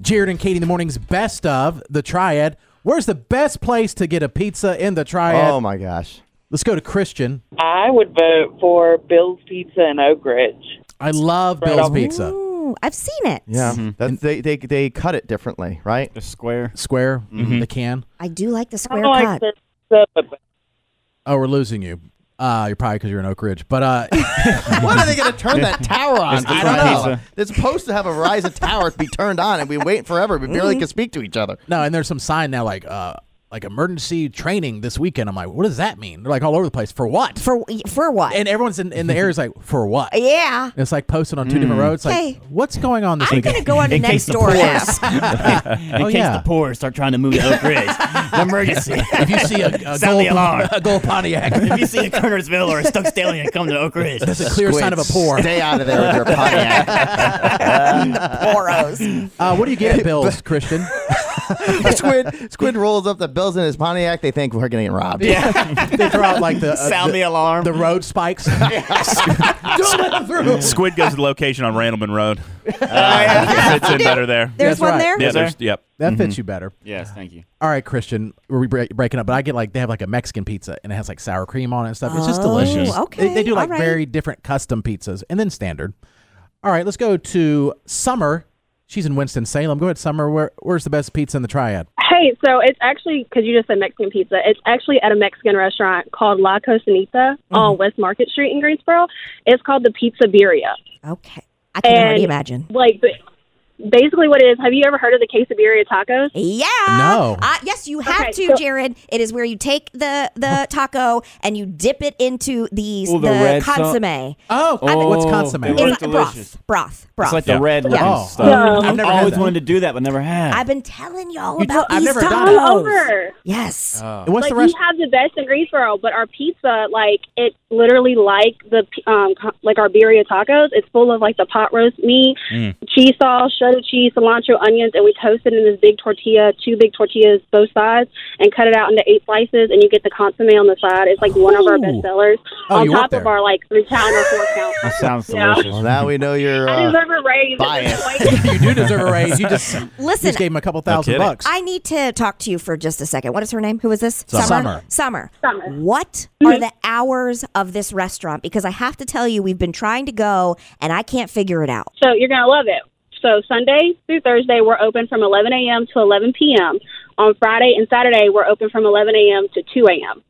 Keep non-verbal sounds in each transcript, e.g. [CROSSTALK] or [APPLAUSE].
Jared and Katie in the morning's best of the triad. Where's the best place to get a pizza in the triad? Oh my gosh. Let's go to Christian. I would vote for Bill's Pizza in Oak Ridge. I love Bill's off. Pizza. Ooh, I've seen it. Yeah. Mm-hmm. That's, they, they they cut it differently, [LAUGHS] right? The square. Square, the can. I do like the I square like cut. their pizza, but Oh, we're losing you. Uh, you're probably because you're in Oak Ridge, but uh, [LAUGHS] When are they going to turn that tower on? It's I different don't know. pizza. They're supposed to have a rise of tower to be turned on, and we wait forever. We barely can speak to each other. no, and there's some sign now like uh, like emergency training this weekend. I'm like, what does that mean? They're like all over the place for what? [LAUGHS] for for what? and everyone's in, in the area's like for what? And yeah. it's like posted on two different roads. Like, Hey. what's going on this I'm weekend? [LAUGHS] gonna go on to In next case the door poor- and ask. [LAUGHS] In Oh, case yeah. the poor start trying to move to [LAUGHS] Oak Ridge, the emergency. if you see a, a Sound gold, the alarm. [LAUGHS] a gold Pontiac, [LAUGHS] if you see a Kernersville or a Stuck Stallion, come to Oak Ridge. that's a clear sign of a Quit. pour. Stay out of there with your Pontiac. [LAUGHS] Poros. Uh, what do you get at Bill's, Christian? [LAUGHS] Squid Squid rolls up the bills in his Pontiac. They think we're getting robbed. Yeah. [LAUGHS] they throw out like the uh, Sound the the, alarm. the road spikes. Mm-hmm. Don't [LAUGHS] let them through. Squid goes to the location on Randleman Road. yeah. Fits in better there. There's That's one right. there. Yeah, there's, yep. That fits you better. Yes, thank you. All right, Christian, we're bre- breaking up, but I get like they have like a Mexican pizza and it has like sour cream on it and stuff. It's just Oh, delicious. okay. They, they do All like right. very different custom pizzas and then standard. All right, let's go to Summer. She's in Winston Salem. Go ahead, Summer. Where, where's the best pizza in the triad? Hey, so it's actually because you just said Mexican pizza. It's actually at a Mexican restaurant called La Cocinita on West Market Street in Greensboro. It's called the Pizza Birria. Okay. I can already And- imagine. Like, ba- basically, what it is. Have you ever heard of the quesadilla tacos? Yeah. No. Uh, yes, you have Okay, to, so- Jared. It is where you take the [LAUGHS] the taco and you dip it into the Ooh, the, the red sauce. consomme. Oh, what's Oh, consomme? it looks It's like delicious. broth, broth, broth. It's like the Yeah. red looking Yeah. stuff. Yeah. Oh. I've I've never had always that. wanted to do that, but never had. I've been telling y'all You about don't- I've these never done it. tacos. All over. Yes. Uh, What's like the we rest? have the best in Greensboro, but our pizza, like it's literally like the p- um co- like our birria tacos. It's full of like the pot roast meat, Mm. cheese sauce, shredded cheese, cilantro, onions, and we toast it in this big tortilla, two big tortillas, both sides, and cut it out into eight slices, and you get the consomme on the side. It's like one of our Ooh. best sellers Oh, on you work top of there. our like three pound or four count. That sounds Yeah. delicious. Well, now we know you're. I Uh, deserve a raise. at this biased. [LAUGHS] point. you do deserve a raise. You just, you just Listen, gave him a couple thousand kidding. bucks. I need to talk to you for just a second. What is her name? Who is this? Summer. Summer. Summer. What are the hours of this restaurant? Because I have to tell you, we've been trying to go and I can't figure it out. So you're going to love it. So Sunday through Thursday, we're open from 11 a.m. to 11 p.m. On Friday and Saturday, we're open from 11 a.m. to 2 a.m.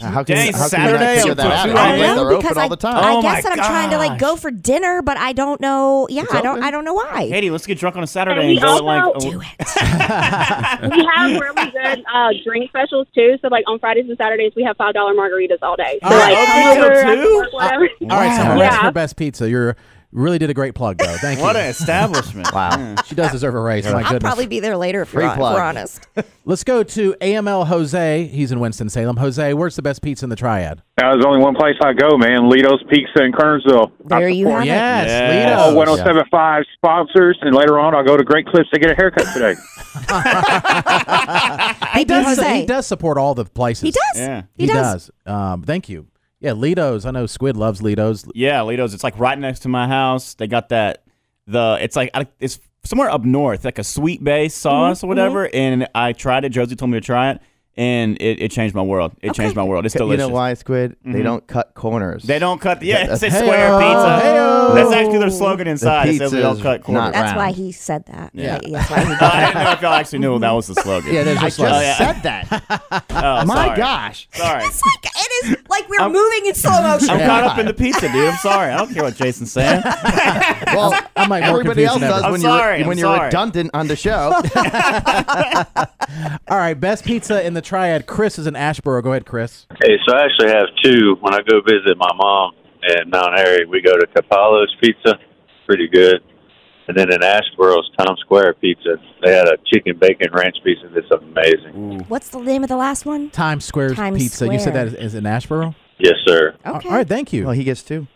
how can, how Dang, can you Saturday not figure up that till out? two It sounds a.m.? like they're open because all I, the time. I Oh guess my that I'm trying to like gosh. go for dinner, but I don't know. Yeah, I don't. open. I don't know why. Katie, let's get drunk on a Saturday And and, we go also- at like. Do it. We have really good uh, drink specials too. So like on Fridays and Saturdays, we have five dollar margaritas all day. So, Oh, like, open come till over, I can two? work whatever. All right, Summer. That's Yeah. her best pizza. You really did a great plug, though. Thank What you. an [LAUGHS] establishment. Wow. she does deserve a raise. My I'll goodness. probably be there later if, you're Free on, if we're plug. honest. Let's go to AML Jose. He's in Winston Salem. Jose, where's the best pizza in the triad? Now, there's only one place I go, man. Lito's Pizza in Kernersville. There you have it. Yes, Yes. Lito. Oh, 1075 sponsors, and later on I'll go to Great Cliffs to get a haircut today. he Thank you, does. Jose. He does support all the places. He does. Yeah. He, does. Um, thank you. Yeah, Litos. I know Squid loves Litos. Yeah, Lido's. It's like right next to my house. They got that the it's like I- it's somewhere up north, like a sweet based sauce Mm-hmm, or whatever. And I tried it. Josie told me to try it, and it, it changed my world. It changed my world. It's You delicious. Mm-hmm. know why, Squid? They don't cut corners. They don't cut. The, yeah, it's a Hey-o, square Oh, pizza. hey-o. That's actually their slogan inside. It says pizza we don't is cut corners. not That's round. why he said that. Yeah. Right, That's why [LAUGHS] he did Uh, [LAUGHS] I that. didn't know if y'all actually knew that was the slogan. Yeah, there's I just just like, Oh, yeah. said [LAUGHS] that. Oh, My [LAUGHS] sorry. gosh. Sorry. It's like it is like we're moving in slow motion. I'm caught up in the pizza, dude. I'm sorry. I don't care what Jason's saying. Oh, Well, I'm like more everybody confused else than ever. does I'm when sorry, you're I'm when you're sorry. redundant on [LAUGHS] the show. All right, best pizza in the triad. Chris is in Ashboro. Go ahead, Chris. [LAUGHS] Hey, so I actually have two. When I go visit my mom in Mount Airy, we go to Capallo's Pizza, pretty good. And then in Asheboro's Town Square Pizza, they had a chicken bacon ranch pizza that's amazing. What's the name of the last one? Times Square's Times pizza. You said Square. that is, is in Ashboro. Yes, sir. Okay. All right, thank you. [LAUGHS] well, he gets two.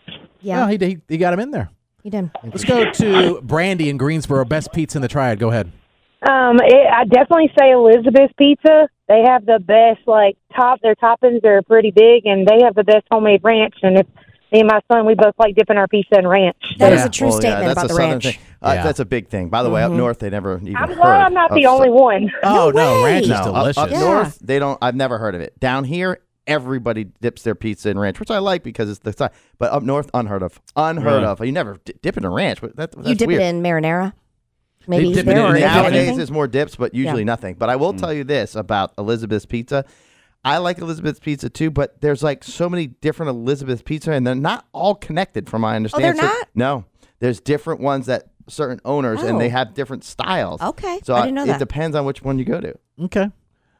Well, Yeah, Oh, he, he he got him in there. you did. Let's go to Brandy in Greensboro. Best pizza in the triad. Go ahead. Um, it, I definitely say Elizabeth's Pizza. They have the best, like top. Their toppings are pretty big, and they have the best homemade ranch. And if Me and my son, we both like dipping our pizza in ranch. That is Yeah. a true Well, yeah, statement that's about a the southern ranch. thing. Uh, Yeah. That's a big thing. By the way, up Mhm. north they never even. I'm heard glad I'm not of the so- only one. Oh No no, way. ranch is No, No, up- delicious. Up, Yeah. north, they don't. I've never heard of it. Down here, everybody dips their pizza in ranch, which I like because it's the side. But up north, unheard of. Unheard Really? of. You never di- dip it in ranch. but That, that's you dip weird. it in marinara. Maybe dip it there in- or if Nowadays, anything. it's more dips, but usually nothing. But I will tell you this about Elizabeth's Pizza. I like Elizabeth's Pizza too, but there's like so many different Elizabeth's Pizza, and they're not all connected, from my understanding. Oh, they're So- not? No, there's different ones that certain owners, and Oh. they have different styles. Okay, so I didn't know it that. depends on which one you go to. Okay.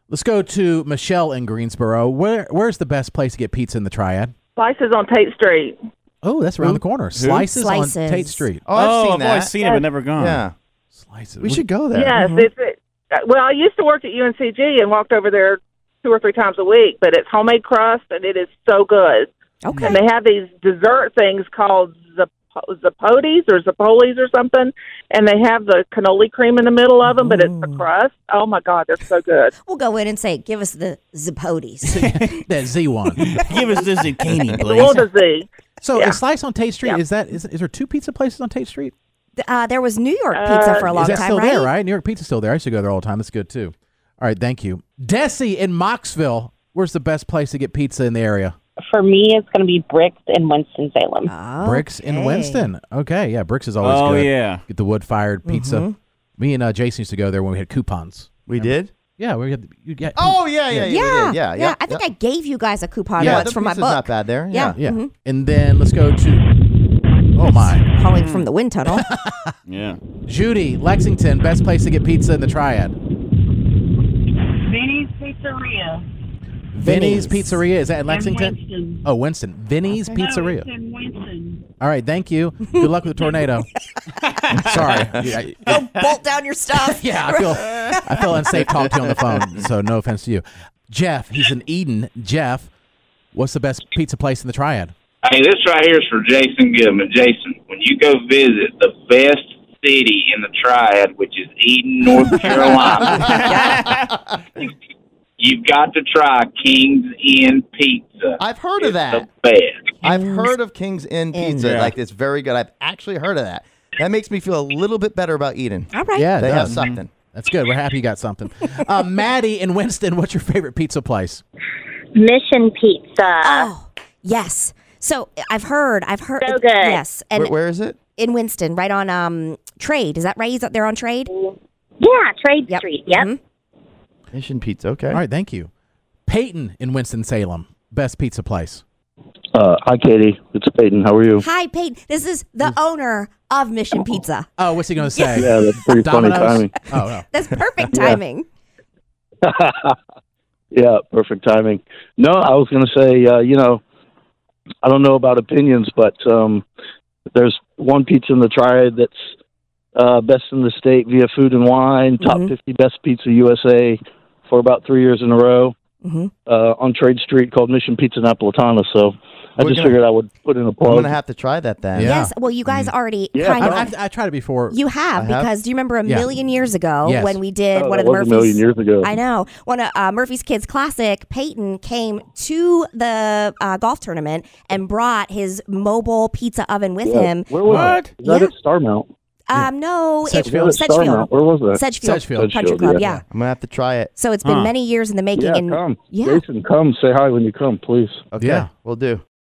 Let's go to Michelle in Greensboro. Where where's the best place to get pizza in the triad? Slices on Tate Street. Oh, that's around the corner. Slices, on Slices. Tate Street. Oh, I've seen I've that. always seen it, but never gone. Yeah, Slices. we should go there. Yes, it's it, well, I used to work at UNCG and walked over there two or three times a week, but it's homemade crust and it is so good. Okay. And they have these dessert things called zap- zapotes or zapolis or something, and they have the cannoli cream in the middle of them, but it's the crust. Oh my God, they're so good. We'll go in and say, give us the [LAUGHS] zapotes. that Z [LAUGHS] one. Give us this [LAUGHS] zucchini, The world please. is the So Yeah. a slice on Tate Street is that is, is there two pizza places on Tate Street? uh, there was New York pizza Uh, for a long is that time, still right? there? Right, New York Pizza's still there. I used to go there all the time. That's good too. All right, thank you, Desi in Moxville. Where's the best place to get pizza in the area? For me, it's going to be Bricks in Winston Salem. Oh, Bricks in okay. Winston. Okay, yeah, Bricks is always Oh good. yeah. Get the wood fired pizza. Mm-hmm. Me and uh, Jason used to go there when we had coupons. we did. Yeah, we had. You get, Oh yeah, yeah, yeah, Yeah, yeah, yeah. yeah, I think I gave you guys a coupon yeah, once the for my pizza's book. Not bad there. Yeah. Yeah. And then let's go to Oh my. Calling Mm. from the wind [LAUGHS] tunnel. Yeah. Judy, Lexington, best place to get pizza in the triad. Vinny's Pizzeria. Vinny's Vinny's. Pizzeria. Is that in in Lexington? Winston. Oh, Winston. Vinny's No, Pizzeria. it's [LAUGHS] in Winston. All right, thank you. Good luck with the tornado. Sorry. Yeah, Oh, I- Bolt down your [LAUGHS] stuff. yeah, [LAUGHS] I feel I feel unsafe talking to you on the phone, so no offense to you. Jeff, he's in Eden. Jeff, what's the best pizza place in the triad? Hey, this right here is for Jason Goodman. Jason, when you go visit the best city in the triad, which is Eden, [LAUGHS] North Carolina, you've got to try King's Inn Pizza. I've heard of It's that. The best. I've heard of King's Inn Pizza. Yeah. Like it's very good. I've actually heard of that. That makes me feel a little bit better about eating. All right. Yeah, it They does. have Mm-hmm. something. That's good. We're happy you got something. [LAUGHS] Uh, Maddie in Winston, what's your favorite pizza place? Mission Pizza. Oh, yes. So I've heard. I've heard. So good. Yes. And Where- where is it? in Winston, right on um Trade. Is that right? Is that there on Trade? Yeah, Trade Yep. Street. Yep. Mhm. Mission Pizza. Okay. All right, thank you. Peyton in Winston Salem, best pizza place. Uh, hi, Katie. It's Peyton. How are you? Hi, Peyton. This is the owner of Mission Pizza. Oh, what's he going to say? Yeah, that's pretty funny Domino's? timing. [LAUGHS] Oh no. That's perfect Yeah. timing. yeah, perfect timing. No, I was going to say, uh, you know, I don't know about opinions, but um, there's one pizza in the triad that's uh, best in the state via Food and Wine, top Mm-hmm. 50 best pizza USA for about three years in a row Mm-hmm. Mhm. uh, on Trade Street called Mission Pizza Napolitana. So I We're just gonna- figured I would put in a I'm plug. gonna have to try that then. Yeah. Yes. Well, you guys already Yeah, kind I, of. I've- I tried it before. You have I have? because do you remember a Yeah. million years ago Yes. when we did Oh, one that of the was Murphy's a million years ago. I know one of uh, Murphy's Kids Classic. Peyton came to the uh, golf tournament and brought his mobile pizza oven with Yeah. him. Where was What? it? Is that Yeah. at Starmount? Um, no, Is that it- at Starmount? Sedgefield, Where was that? Sedgefield, Sedgefield. Country Sedgefield, Club. yeah. Yeah. I'm gonna have to try it. So it's been Huh. many years in the making. Yeah, and come. Yeah. Jason, come. Say hi when you come, please. Okay. Yeah. We'll do.